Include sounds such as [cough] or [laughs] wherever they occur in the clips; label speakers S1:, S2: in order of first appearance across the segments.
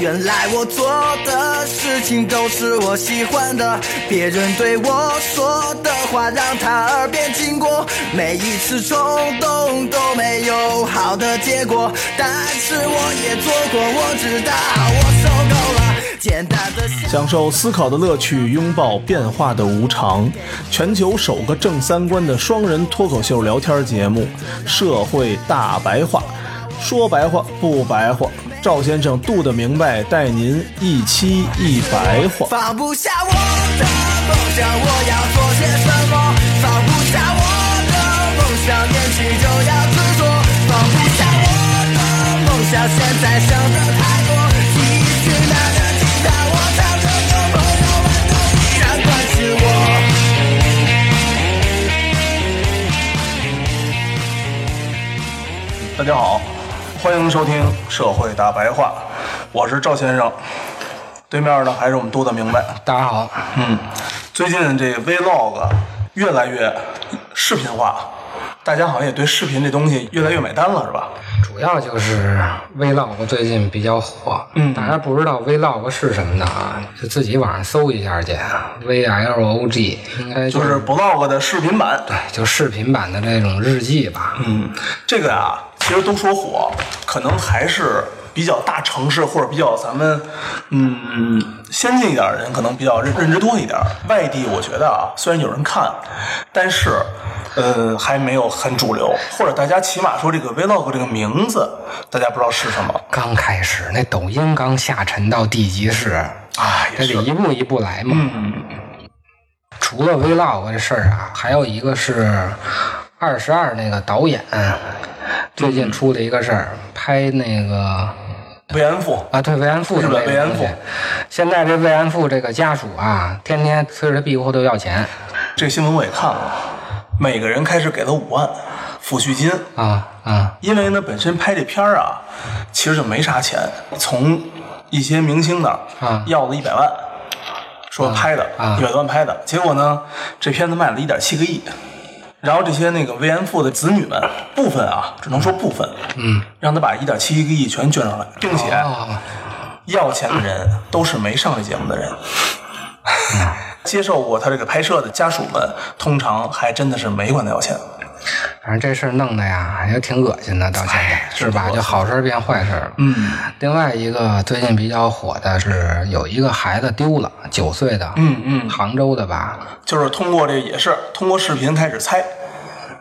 S1: 原来我做的事情都是我喜欢的，别人对我说的话让他耳边经过，每一次冲动都没有好的结果，但是我也做过，我知道我受够了，简单的想。
S2: 享受思考的乐趣，拥抱变化的无常。全球首个正三观的双人脱口秀聊天节目《社会大白话》，说白话不白话，赵先生度的明白，带您一期一白话。
S1: 放不下我的梦想，我要做些什么？放不下我的梦想，年轻就要执着。放不下我的梦想，现在想的太多。继续拿着吉他，我唱着有朋友们都依然关心我。
S2: 大家好，欢迎收听《社会大白话》，我是赵先生。对面呢还是我们度的明白。
S3: 大家好，
S2: 嗯，最近这 Vlog 越来越视频化，大家好像也对视频这东西越来越买单了，是吧？
S3: 主要就是 Vlog 最近比较火，
S2: 嗯
S3: 大家不知道 Vlog 是什么的啊，就自己网上搜一下去，V 啊 L O G，应该
S2: 就是 Vlog 的视频版。
S3: 对，就视频版的这种日记吧。
S2: 嗯，这个呀，其实都说火，可能还是比较大城市或者比较咱们嗯先进一点的人，可能比较认认知多一点。外地我觉得啊，虽然有人看，但是呃还没有很主流，或者大家起码说这个 Vlog 这个名字，大家不知道是什么
S3: 刚开始那抖音刚下沉到地级市，
S2: 啊，也
S3: 这
S2: 是
S3: 得一步一步来嘛。除了 Vlog 这事儿啊，还有一个是二十二那个导演最近出了一个事儿，拍那个。
S2: 慰安妇。
S3: 啊，对慰安妇
S2: 日
S3: 是
S2: 本慰安妇，
S3: 现在这慰安妇这个家属啊，天天催着庇护都要钱
S2: 这个新闻我也看了，每个人开始给了五万抚恤金，
S3: 啊啊，
S2: 因为呢本身拍这片儿啊，其实就没啥钱，从一些明星那儿
S3: 啊
S2: 要了一百万，说拍的
S3: 啊
S2: 一百多万拍的，结果呢这片子卖了一点七个亿。然后这些那个慰安妇的子女们，部分啊，只能说部分，嗯，让他把一点七个亿全捐上来，并且
S3: 哦，
S2: 要钱的人都是没上这节目的人。 [laughs] 接受过他这个拍摄的家属们，通常还真的是没管他要钱。
S3: 反正这事儿弄的呀，也挺恶心的，到现在是吧？就好事儿变坏事儿了。
S2: 哎嗯，
S3: 另外一个最近比较火的是有一个孩子丢了，九岁的，
S2: 嗯嗯，
S3: 杭州的吧，
S2: 就是通过这也是通过视频开始猜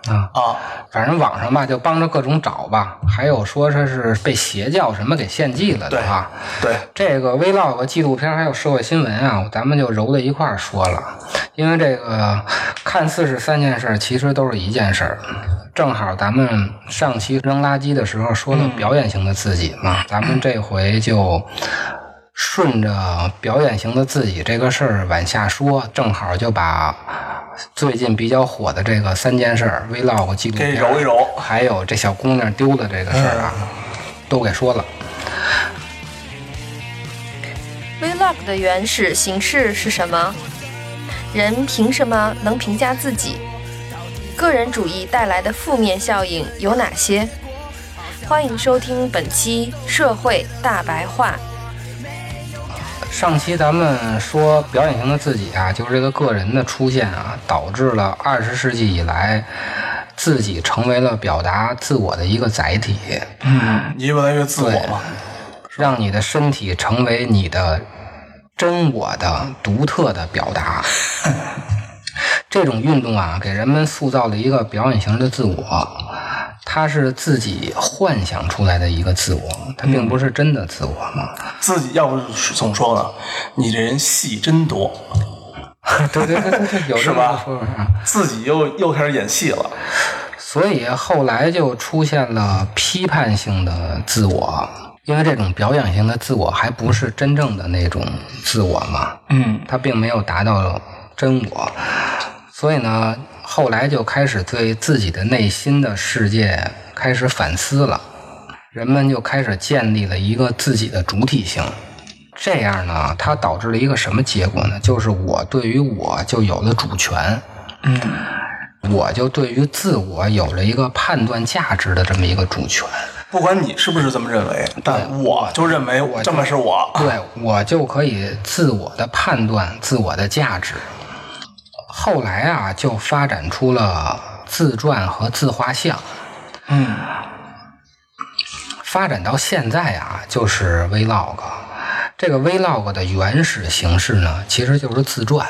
S3: 啊，
S2: 啊，
S3: 反正网上吧就帮着各种找吧，还有说这是被邪教什么给献祭了的啊。
S2: 对，
S3: 这个 vlog 纪录片还有社会新闻啊，咱们就揉在一块儿说了，因为这个看似是三件事儿，其实都是一件事儿。正好咱们上期扔垃圾的时候说了表演型的自己嘛，
S2: 嗯
S3: 咱们这回就顺着表演型的自己这个事儿往下说，正好就把最近比较火的这个三件事儿 vlog 纪录
S2: 给
S3: 片
S2: 揉一揉。嗯
S3: 还有这小姑娘丢的这个事儿啊，都给说了。
S4: Vlog 的原始形式是什么？人凭什么能评价自己？个人主义带来的负面效应有哪些？欢迎收听本期《社会大白话
S3: 上期咱们说表演型的自己啊，就是这个个人的出现啊，导致了二十世纪以来，自己成为了表达自我的一个载体，
S2: 嗯，你越来越自我
S3: 对
S2: 嘛。
S3: 让你的身体成为你的真我的独特的表达。 [laughs] 这种运动啊，给人们塑造了一个表演型的自我，它是自己幻想出来的一个自我，它并不是真的自我
S2: [laughs]
S3: 嘛。
S2: 自己要不怎么说呢？你这人戏真多，
S3: 对对对对对，有
S2: 是
S3: 这么
S2: 吧
S3: 个说法啊。
S2: 自己又又开始演戏了。
S3: 所以后来就出现了批判性的自我，因为这种表演型的自我还不是真正的那种自我嘛，
S2: 嗯，
S3: 它并没有达到真我，所以呢，后来就开始对自己的内心的世界开始反思了，人们就开始建立了一个自己的主体性。这样呢，它导致了一个什么结果呢？就是我对于我就有了主权，我就对于自我有了一个判断价值的这么一个主权。
S2: 不管你是不是这么认为，但我就认为
S3: 我
S2: 这么是我。
S3: 对我就可以自我的判断自我的价值。后来啊，就发展出了自传和自画像。嗯，发展到现在啊，就是 vlog。这个 vlog 的原始形式呢，其实就是自传。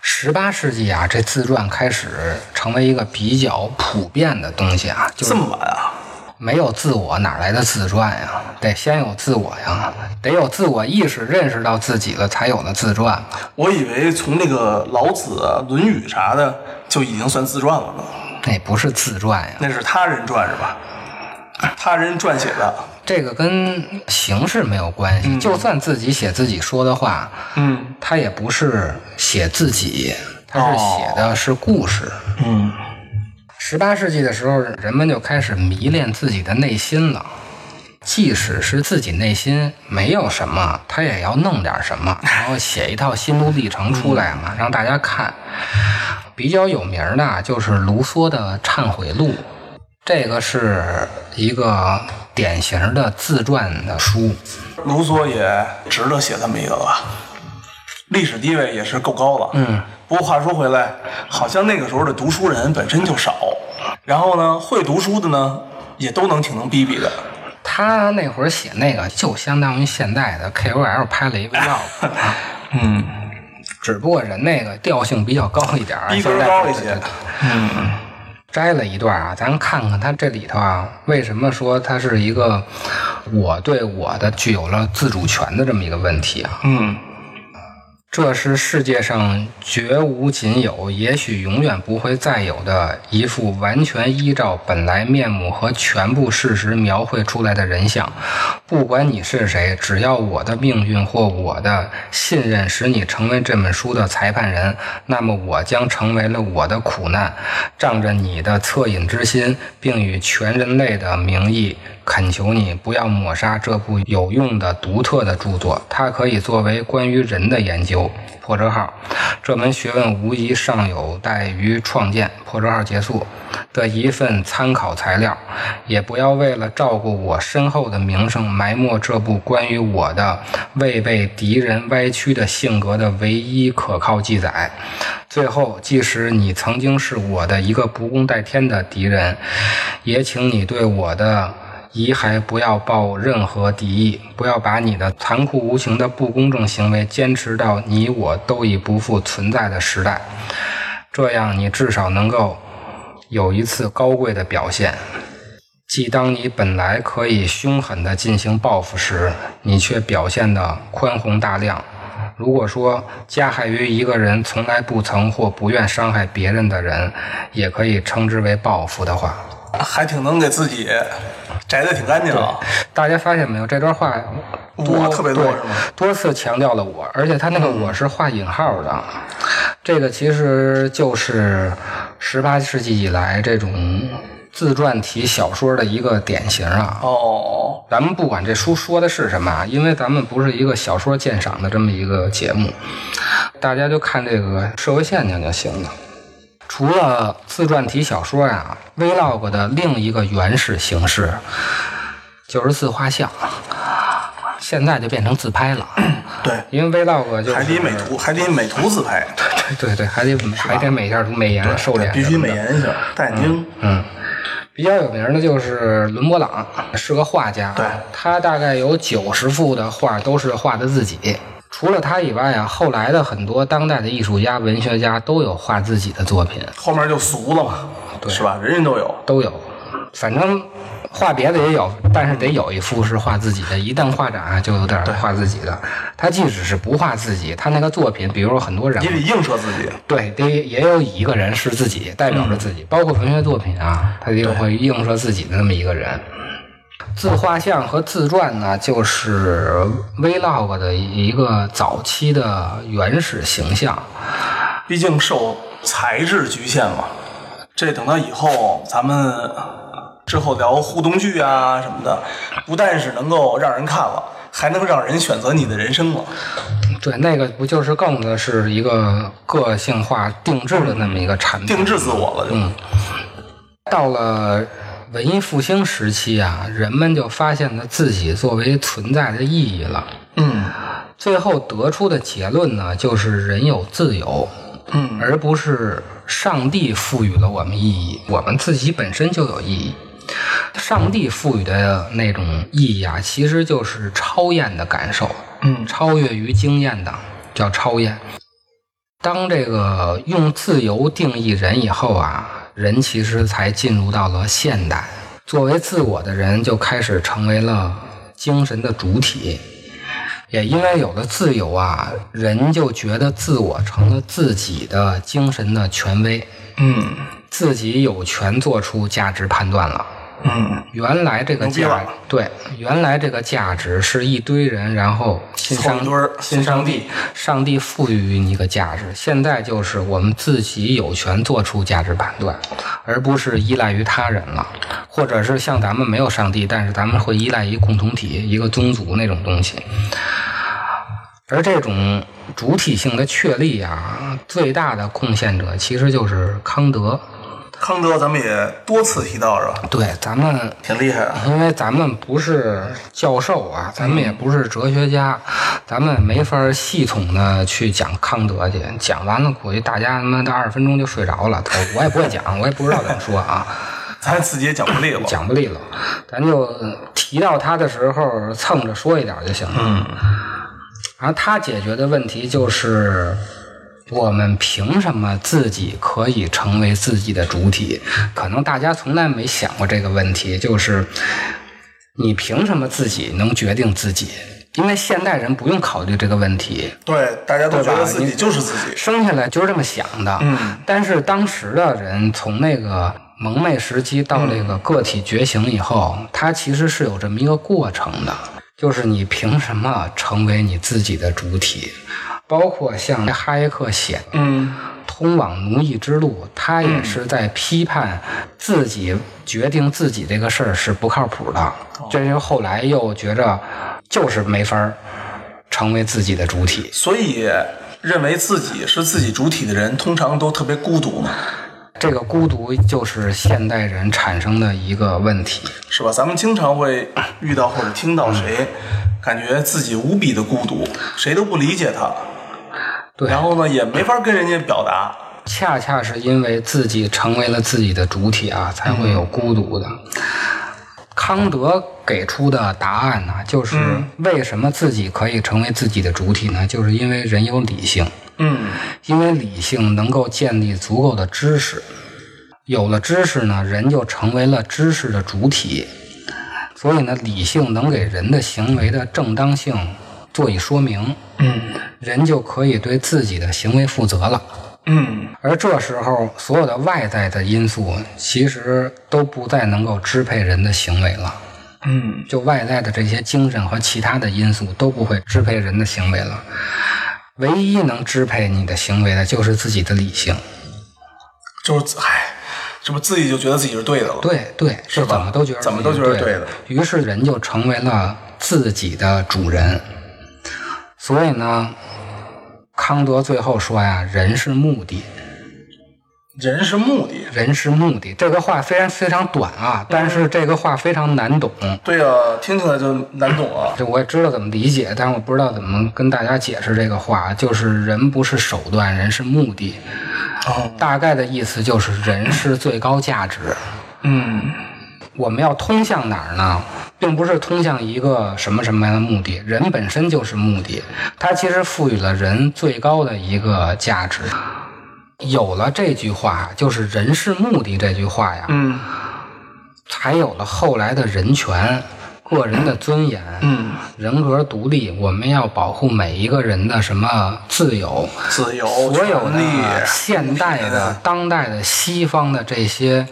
S3: 十八世纪啊，这自传开始成为一个比较普遍的东西啊，就是
S2: 这么晚啊？
S3: 没有自我哪来的自传呀？得先有自我呀，得有自我意识，认识到自己了才有的自传。
S2: 我以为从那个老子、啊、《论语》啥的就已经算自传了呢，
S3: 那不是自传呀，
S2: 那是他人传是吧？他人撰写的，
S3: 这个跟形式没有关系。就算自己写自己说的话，
S2: 嗯
S3: 他也不是写自己，他是写的是故事。
S2: 嗯，
S3: 十八世纪的时候，人们就开始迷恋自己的内心了。即使是自己内心没有什么，他也要弄点什么，然后写一套心路历程出来嘛，让大家看。比较有名儿的就是卢梭的《忏悔录》，这个是一个典型的自传的书。
S2: 卢梭也值得写这么一个吧，历史地位也是够高了。嗯，不过话说回来，好像那个时候的读书人本身就少，然后呢，会读书的呢也都能挺能逼逼的。
S3: 他那会儿写那个，就相当于现在的 KOL 拍了一
S2: [laughs]
S3: vlog，啊
S2: 嗯，
S3: 只不过人那个调性比较高一点儿，
S2: 逼格
S3: 现在
S2: 高一
S3: 对
S2: 些
S3: 对对。摘了一段啊，咱看看它这里头啊，为什么说它是一个我对我的具有了自主权的这么一个问题啊？
S2: 嗯
S3: 这是世界上绝无仅有，也许永远不会再有的一幅完全依照本来面目和全部事实描绘出来的人像。不管你是谁，只要我的命运或我的信任使你成为这本书的裁判人，那么我将成为了我的苦难，仗着你的恻隐之心，并以全人类的名义恳求你不要抹杀这部有用的、独特的著作，它可以作为关于人的研究。破折号，这门学问无疑尚有待于创建。破折号结束的一份参考材料，也不要为了照顾我身后的名声，埋没这部关于我的未被敌人歪曲的性格的唯一可靠记载。最后，即使你曾经是我的一个不共戴天的敌人，也请你对我的遗骸不要抱任何敌意，不要把你的残酷无情的不公正行为坚持到你我都已不复存在的时代。这样，你至少能够有一次高贵的表现。即当你本来可以凶狠地进行报复时，你却表现得宽宏大量。如果说加害于一个人从来不曾或不愿伤害别人的人，也可以称之为报复的话，
S2: 还挺能给自己摘的挺干净啊。
S3: 大家发现没有？这段话
S2: 我特别多
S3: 对
S2: 是吗嗯
S3: 多次强调了我，而且他那个我是画引号的。这个其实就是十八世纪以来这种自传体小说的一个典型啊。
S2: 哦，
S3: 咱们不管这书说的是什么啊，因为咱们不是一个小说鉴赏的这么一个节目，大家就看这个社会现象就行了。除了自传体小说呀、v l o g 的另一个原始形式就是自画像，现在就变成自拍了，
S2: 对，
S3: 因为 Vlog 就是
S2: 还得美图，还得美图自拍，
S3: 对对，还得还得美一下美颜、瘦脸，
S2: 必须美。颜一下，大眼睛。
S3: 嗯，比较有名的就是伦勃朗，是个画家。
S2: 对
S3: 他大概有九十幅的画都是画的自己。除了他以外啊，后来的很多当代的艺术家、文学家都有画自己的作品，
S2: 后面就俗了嘛，
S3: 对
S2: 是吧？人人都有。
S3: 都有。反正画别的也有，但是得有一幅是画自己的。一旦画展啊，就有点画自己的。他即使是不画自己，他那个作品，比如说很多人
S2: 也得映射自己，
S3: 对，得也有一个人是自己代表着自己，包括文学作品啊，他也会映射自己的那么一个人。自画像和自传呢，就是 vlog 的一个早期的原始形象。
S2: 毕竟受材质局限嘛。这等到以后咱们之后聊互动剧啊什么的，不但是能够让人看了，还能让人选择你的人生了。
S3: 对，那个不就是更的是一个个
S2: 嗯
S3: 性化定制的那么一个产品？
S2: 定制自我了就，
S3: 到了文艺复兴时期啊，人们就发现了自己作为存在的意义了。
S2: 嗯
S3: 最后得出的结论呢，就是人有自由，
S2: 嗯
S3: 而不是上帝赋予了我们意义，我们自己本身就有意义。上帝赋予的那种意义啊，其实就是超验的感受，
S2: 嗯
S3: 超越于经验的，叫超验。当这个用自由定义人以后啊，人其实才进入到了现代。作为自我的人，就开始成为了精神的主体。也因为有了自由啊，人就觉得自我成了自己的精神的权威，
S2: 嗯
S3: 自己有权做出价值判断了。
S2: 嗯，
S3: 原来这个
S2: 牛逼
S3: 价
S2: 了
S3: 对，原来这个价值是一堆人，然后新
S2: 凑
S3: 上
S2: 一堆儿
S3: 新上帝，上帝赋予你一个价值。现在就是我们自己有权做出价值判断，而不是依赖于他人了，或者是像咱们没有上帝，但是咱们会依赖一共同体、一个宗族那种东西。而这种主体性的确立啊，最大的贡献者其实就是康德。
S2: 康德咱们也多次提到是吧？
S3: 对，咱们
S2: 挺厉害的。
S3: 因为咱们不是教授啊，咱们也不是哲学家，咱们没法系统的去讲康德去。讲完了，估计大家他妈的二十分钟就睡着了。我我也不会讲，我也不知道怎么说啊，
S2: 咱自己也讲不利落，
S3: 讲不利落。咱就提到他的时候蹭着说一点就行了。嗯。然后他解决的问题就是。我们凭什么自己可以成为自己的主体？可能大家从来没想过这个问题，就是你凭什么自己能决定自己？因为现代人不用考虑这个问题，
S2: 对，大家都
S3: 对吧
S2: 觉得自己
S3: 你
S2: 就是自己。
S3: 生下来就是这么想的。
S2: 嗯，
S3: 但是当时的人从那个蒙昧时期到这
S2: 嗯
S3: 个个体觉醒以后，它其实是有这么一个过程的，就是你凭什么成为你自己的主体？包括像哈耶克写的
S2: 嗯
S3: 通往奴役之路，他也是在批判自己决定自己这个事儿是不靠谱的。
S2: 哦
S3: 这就后来又觉着就是没法儿成为自己的主体，
S2: 所以认为自己是自己主体的人，通常都特别孤独嘛，
S3: 这个孤独就是现代人产生的一个问题。
S2: 是吧？咱们经常会遇到或者听到谁，感觉自己无比的孤独，谁都不理解他，
S3: 对
S2: 然后呢也没法跟人家表达。
S3: 恰恰是因为自己成为了自己的主体啊，才会有孤独的。康德给出的答案呢、就是为什么自己可以成为自己的主体呢？就是因为人有理性。
S2: 嗯
S3: 因为理性能够建立足够的知识，有了知识呢，人就成为了知识的主体，所以呢，理性能给人的行为的正当性做以说明，
S2: 嗯
S3: 人就可以对自己的行为负责了。
S2: 嗯
S3: 而这时候，所有的外在的因素其实都不再能够支配人的行为了。
S2: 嗯
S3: 就外在的这些精神和其他的因素都不会支配人的行为了。唯一能支配你的行为的就是自己的理性。
S2: 就是自唉，这不自己就觉得自己是对的了。
S3: 对对，
S2: 是
S3: 是
S2: 吧
S3: 怎么都觉得
S2: 怎么
S3: 自己
S2: 都觉得
S3: 是
S2: 对
S3: 对
S2: 的。
S3: 于是人就成为了自己的主人。所以呢，康德最后说呀，人是目的，
S2: 人是目的。
S3: 人是目的。这个话虽然非常短啊，但是
S2: 嗯
S3: 这个话非常难懂。
S2: 对啊，听起来就难懂啊。
S3: 这我也知道怎么理解，但是我不知道怎么跟大家解释这个话。就是人不是手段，人是目的。
S2: 哦，
S3: 大概的意思就是人是最高价值。
S2: 嗯
S3: 我们要通向哪儿呢？并不是通向一个什么什么样的目的，人本身就是目的，它其实赋予了人最高的一个价值。有了这句话，就是“人是目的”这句话呀，
S2: 嗯
S3: 才有了后来的人权、个人的尊严、
S2: 嗯，
S3: 人格独立。我们要保护每一个人的什么自由，
S2: 自由、
S3: 所有
S2: 权利
S3: 的现代的、当代的、西方的这些，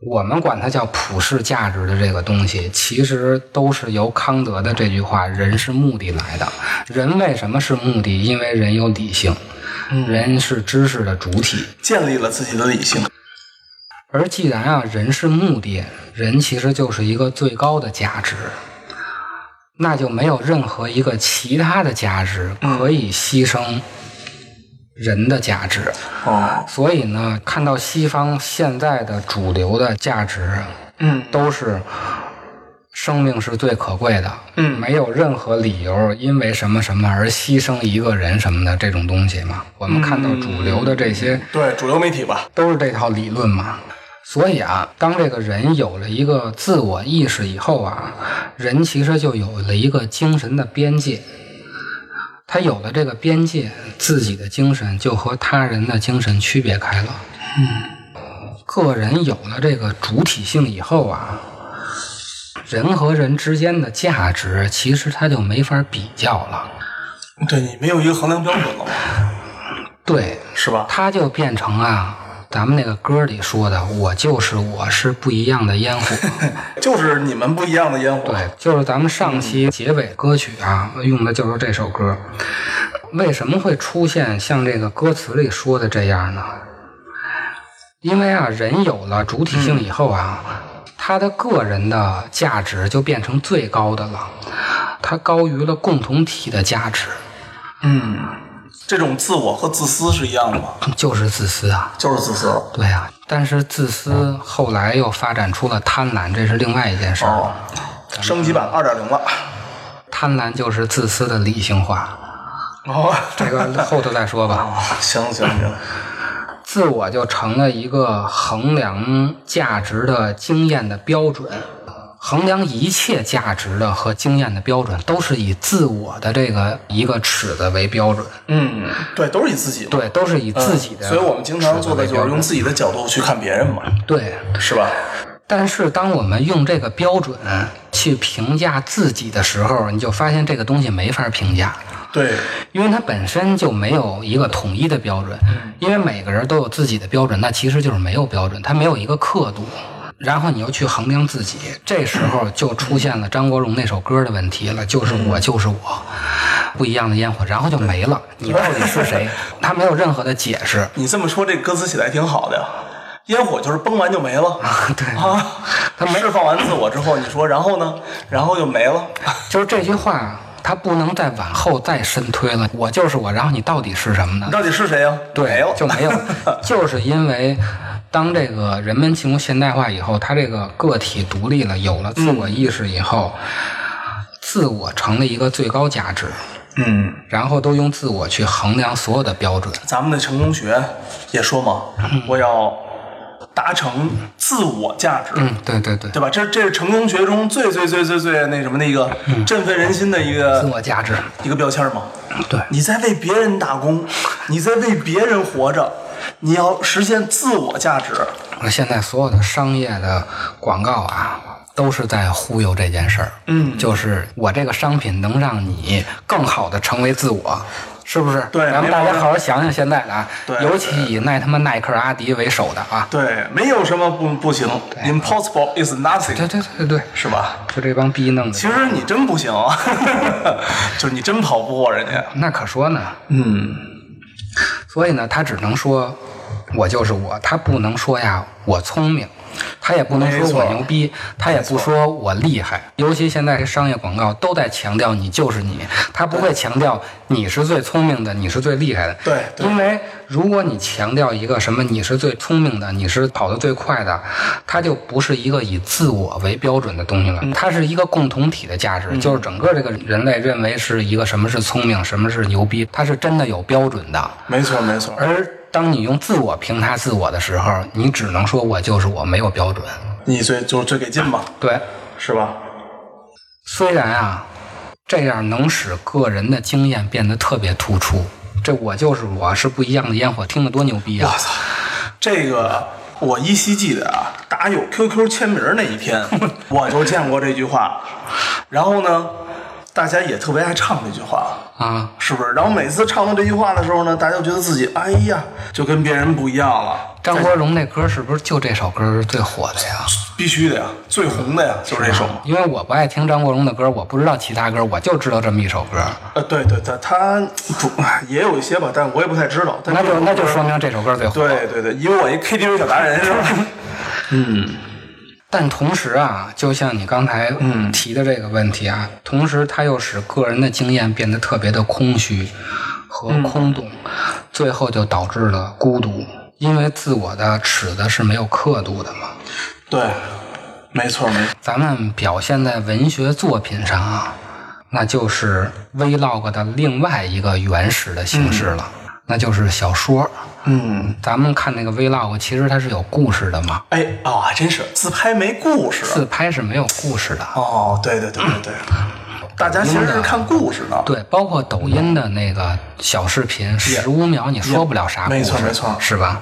S3: 我们管它叫普世价值的这个东西，其实都是由康德的这句话“人是目的”来的。人为什么是目的？因为人有理性，
S2: 嗯
S3: 人是知识的主体。
S2: 建立了自己的理性。
S3: 而既然啊，人是目的，人其实就是一个最高的价值，那就没有任何一个其他的价值
S2: 嗯
S3: 可以牺牲人的价值。
S2: 哦，
S3: 所以呢，看到西方现在的主流的价值，
S2: 嗯
S3: 都是生命是最可贵的，
S2: 嗯
S3: 没有任何理由因为什么什么而牺牲一个人什么的这种东西嘛。我们看到主流的这些
S2: 对主流媒体吧，
S3: 都是这套理论嘛。所以啊，当这个人有了一个自我意识以后啊，人其实就有了一个精神的边界。他有了这个边界，自己的精神就和他人的精神区别开了。嗯，个人有了这个主体性以后啊，人和人之间的价值其实他就没法比较了。嗯
S2: 对你没有一个衡量标准了嘛，
S3: 对，
S2: 是吧？
S3: 它就变成啊，咱们那个歌里说的，我就是我是不一样的烟火。
S2: 就是你们不一样的烟火，
S3: 对，就是咱们上期结尾歌曲啊，用的就是这首歌。为什么会出现像这个歌词里说的这样呢？因为啊，人有了主体性以后啊，他的个人的价值就变成最高的了，它高于了共同体的价值，
S2: 这种自我和自私是一样的嘛，
S3: 就是自私啊。
S2: 就是自私。
S3: 对啊，但是自私后来又发展出了贪婪，这是另外一件事儿了。
S2: 哦，升级版二点零了。
S3: 贪婪就是自私的理性化，
S2: 哦，
S3: 这个后头再说吧。
S2: [laughs] 行行行，
S3: [laughs] 自我就成了一个衡量价值的经验的标准，衡量一切价值的和经验的标准都是以自我的这个一个尺子为标准，
S2: 嗯，对，都是以自己嘛，
S3: 对，都是以自己
S2: 嗯
S3: 的、
S2: 所以我们经常做的就是用自己的角度去看别人嘛，
S3: 对。
S2: 是吧？
S3: 但是当我们用这个标准去评价自己的时候，你就发现这个东西没法评价。
S2: 对，
S3: 因为它本身就没有一个统一的标准，因为每个人都有自己的标准，那其实就是没有标准，它没有一个刻度。然后你又去衡量自己，这时候就出现了张国荣那首歌的问题了，就是我就是我，不一样的烟火，然后就没了，你到底是谁？他没有任何的解释，
S2: 你这么说，这歌词写的还挺好的呀。烟火就是崩完就没了，
S3: 对
S2: 啊，
S3: 它没
S2: 释放完自我之后，你说然后呢？然后就没了，
S3: 就是这句话，它不能再往后再深推了。我就是我，然后你到底是什么呢
S2: 你？到底是谁呀？
S3: 对，
S2: 没了，
S3: 就没有，就是因为当这个人们进入现代化以后，他这个个体独立了，有了自我意识以后，自我成了一个最高价值，
S2: 嗯，
S3: 然后都用自我去衡量所有的标准。
S2: 咱们的成功学也说嘛，我要达成自我价值，
S3: 嗯，对对对，
S2: 对吧？这这是成功学中最最最最最那什么的一个振奋人心的一个
S3: 嗯自我价值，
S2: 一个标签嘛。
S3: 对
S2: 你在为别人打工，你在为别人活着，你要实现自我价值。
S3: 而现在所有的商业的广告啊，都是在忽悠这件事儿。
S2: 嗯
S3: 就是我这个商品能让你更好的成为自我，是不是？
S2: 对没
S3: 咱们大
S2: 毛
S3: 家
S2: 病
S3: 好好想想现在的啊，
S2: 对
S3: 尤其以那他妈耐克、阿迪为首的啊，
S2: 对，没有什么不不行，impossible is
S3: 对
S2: nothing，
S3: 对对对对，
S2: 是吧？
S3: 就这帮逼弄的
S2: 其，实你真不行， [laughs] 就是你真跑不过人家。
S3: 那可说呢。
S2: 嗯，
S3: 所以呢，他只能说我就是我，他不能说呀我聪明，他也不能
S2: 没
S3: 说
S2: 错
S3: 我牛逼，他也不说我厉害。尤其现在这商业广告都在强调你就是你，他不会强调你是最聪明的，你是最厉害的。
S2: 对对
S3: 因为如果你强调一个什么你是最聪明的，你是跑得最快的，它就不是一个以自我为标准的东西了，
S2: 嗯
S3: 它是一个共同体的价值，就是整个这个人类认为是一个什么是聪明，什么是牛逼，它是真的有标准的。
S2: 没错没错。
S3: 而当你用自我评价自我的时候，你只能说我就是我，没有标准。
S2: 你最就是最给劲嘛，
S3: 对，
S2: 是吧？
S3: 虽然啊，这样能使个人的经验变得特别突出。这我就是我是不一样的烟火，听得多牛逼
S2: 我
S3: 啊！
S2: 操，这个我依稀记得啊，打有 QQ 签名那一 [laughs] 天，我就见过这句话。然后呢，大家也特别爱唱这句话。
S3: 啊，
S2: 是不是？然后每次唱到这句话的时候呢，大家就觉得自己哎呀，就跟别人不一样了，
S3: 张国荣那歌是不是就这首歌是最火的呀？
S2: 必须的呀，最红的呀，就是这首。
S3: 因为我不爱听张国荣的歌，我不知道其他歌，我就知道这么一首歌，
S2: [laughs] 呃，对对，他他不哎也有一些吧，但我也不太知道。但
S3: 那就
S2: 这首
S3: 那就
S2: 歌
S3: 说明这首歌最火。
S2: 对对对，以我一 KTV 小达人是吧？
S3: 但同时啊，就像你刚才嗯提的这个问题啊，同时它又使个人的经验变得特别的空虚和空洞，最后就导致了孤独，因为自我的尺子是没有刻度的嘛。
S2: [laughs] 对，没错没错，
S3: 咱们表现在文学作品上啊，那就是 vlog 的另外一个原始的形式了，那就是小说。
S2: 嗯，
S3: 咱们看那个 vlog，其实它是有故事的嘛，
S2: 哎啊，还真是自拍没故事。啊
S3: 自拍是没有故事的。
S2: 哦，对对对对对， [coughs] 大家其实是看故事的。
S3: 对，包括抖音的那个小视频，十五秒你说不了啥故事，
S2: 没错没错
S3: 是吧？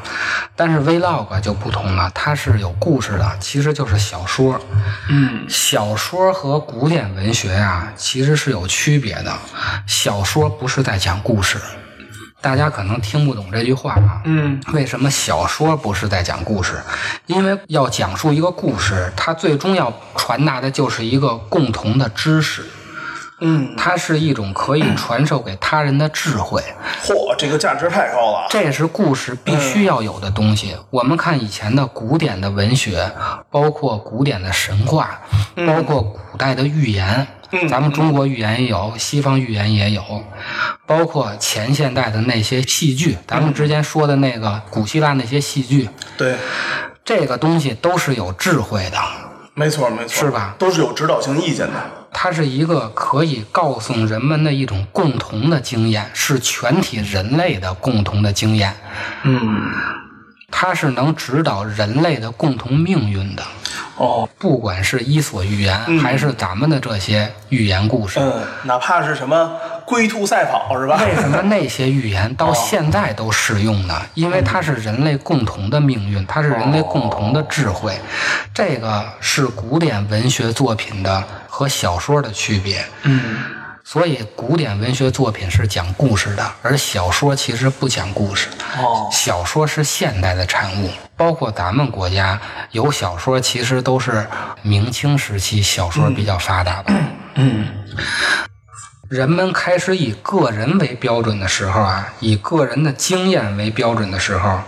S3: 但是 vlog 就不同了，它是有故事的，其实就是小说。嗯，小说和古典文学啊，其实是有区别的。小说不是在讲故事，大家可能听不懂这句话啊。
S2: 嗯，
S3: 为什么小说不是在讲故事？因为要讲述一个故事，它最终要传达的就是一个共同的知识。
S2: 嗯，
S3: 它是一种可以传授给他人的智慧，
S2: 嚯，这个价值太高了。
S3: 这是故事必须要有的东西。我们看以前的古典的文学，包括古典的神话，包括古代的寓言，咱们中国寓言也有，西方寓言也有，包括前现代的那些戏剧，咱们之前说的那个古希腊那些戏剧，
S2: 对，
S3: 这个东西都是有智慧的。
S2: 没错没错，
S3: 是吧
S2: 都是有指导性意见的。
S3: 它是一个可以告诉人们的一种共同的经验，是全体人类的共同的经验，
S2: 嗯，
S3: 它是能指导人类的共同命运的。
S2: 哦，
S3: 不管是《伊索寓言》还是咱们的这些寓言故事，
S2: 嗯，哪怕是什么龟兔赛跑是吧？
S3: 为什么那些寓言到现在都适用呢？因为它是人类共同的命运，它是人类共同的智慧，这个是古典文学作品的和小说的区别。
S2: 嗯，
S3: 所以，古典文学作品是讲故事的，而小说其实不讲故事。
S2: 哦，
S3: 小说是现代的产物，包括咱们国家有小说，其实都是明清时期小说比较发达吧。
S2: 嗯，
S3: 人们开始以个人为标准的时候啊，以个人的经验为标准的时候，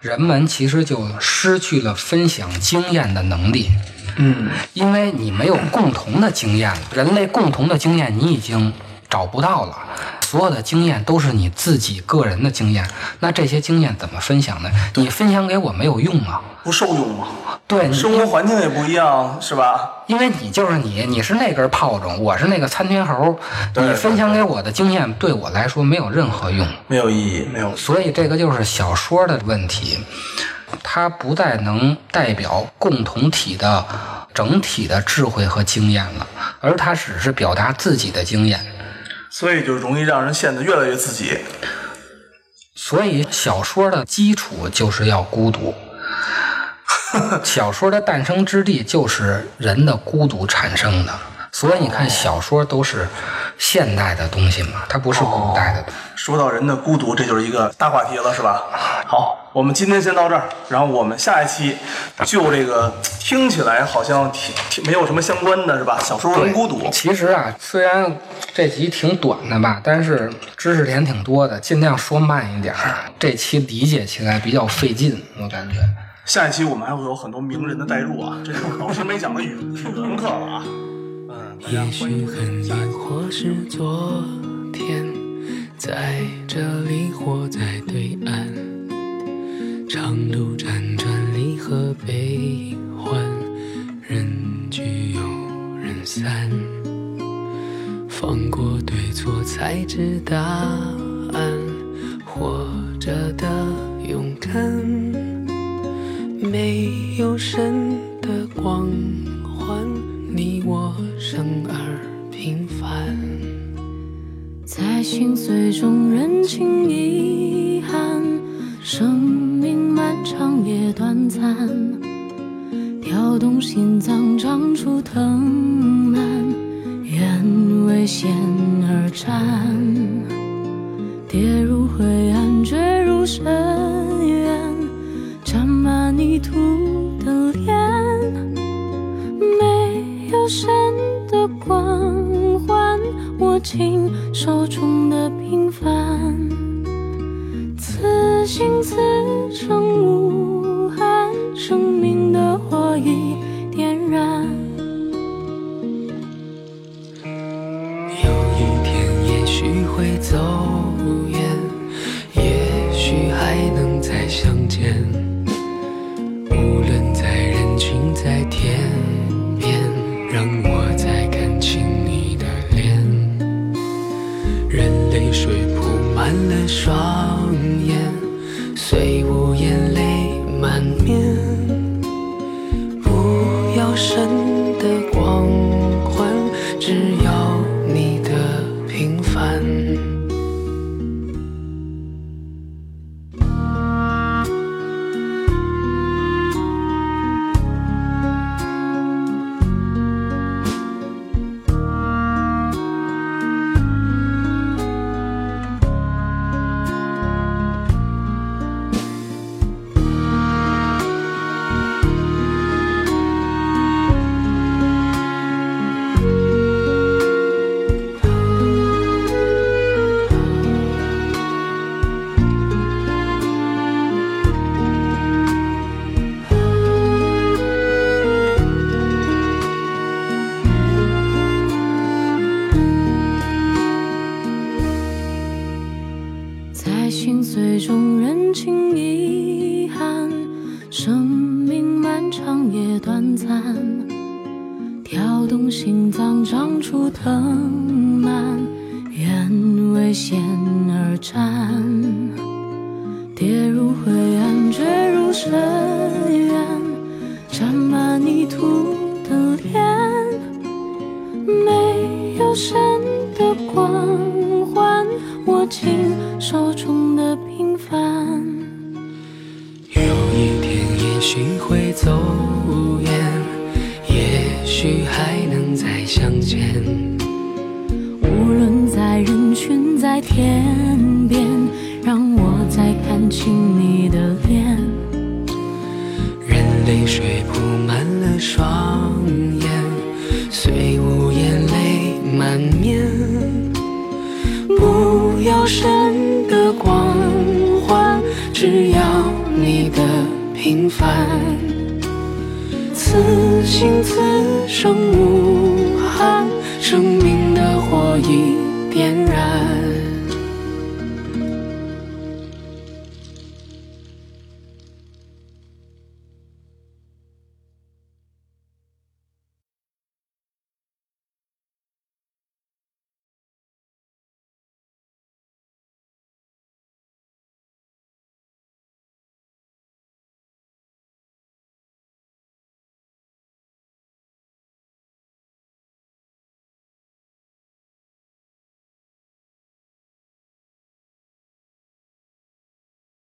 S3: 人们其实就失去了分享经验的能力。
S2: 嗯，
S3: 因为你没有共同的经验了，人类共同的经验你已经找不到了，所有的经验都是你自己个人的经验，那这些经验怎么分享呢？你分享给我没有用啊，
S2: 不受用吗？
S3: 对，你
S2: 生活环境也不一样是吧？
S3: 因为你就是你，你是那根炮仗，我是那个参天猴，
S2: 对
S3: 你分享给我的经验对我来说没有任何用，
S2: 没有意义，没有。
S3: 所以这个就是小说的问题，它不再能代表共同体的整体的智慧和经验了，而它只是表达自己的经验。
S2: 所以就容易让人陷得越来越自己。
S3: 所以小说的基础就是要孤独， [laughs] 小说的诞生之地就是人的孤独产生的。所以你看，小说都是现代的东西嘛，它不是古代的东西。
S2: 说到人的孤独，这就是一个大话题了，是吧？好，我们今天先到这儿，然后我们下一期就这个听起来好像挺挺没有什么相关的是吧？小说跟孤独，
S3: 其实啊，虽然这集挺短的吧，但是知识点挺多的，尽量说慢一点儿。这期理解起来比较费劲，我感觉。
S2: 下一期我们还会有很多名人的代入啊，这就是老师没讲的语文课了啊。嗯，大家
S5: 也
S2: 欢
S5: 许
S2: 迎收
S5: 很
S2: 听下一
S5: 远，
S2: 期。
S5: 或是昨天，在这里或在对岸，长路辗转，离合悲欢，人聚又人散，放过对错，才知答案，活着的勇敢。没有神的光环，你我生而平凡。
S6: 在心碎中认清遗憾，生命漫长也短暂，跳动心脏长出藤蔓，愿为险而战，跌入灰暗，坠入深渊，沾满泥土的脸。没有神的光环，握紧手中的平凡。此心此生无憾，生命的火已点燃。
S5: 有一天，也许会走远，也许还能再相见。无论在人群，在天
S6: 跳动心脏长出藤蔓，愿为险而战，跌入灰暗，坠入深渊，沾满泥土的脸。没有神的光环，握紧手中的平凡。
S5: 有一天，也许会走远，也许还能再相见。
S6: 无论在人群，在天边，让我再看清你的脸。
S5: 任泪水铺满了双眼，虽无言泪满面。不要神的光环，只要你的平凡。此心此生无憾，生命的火已点燃。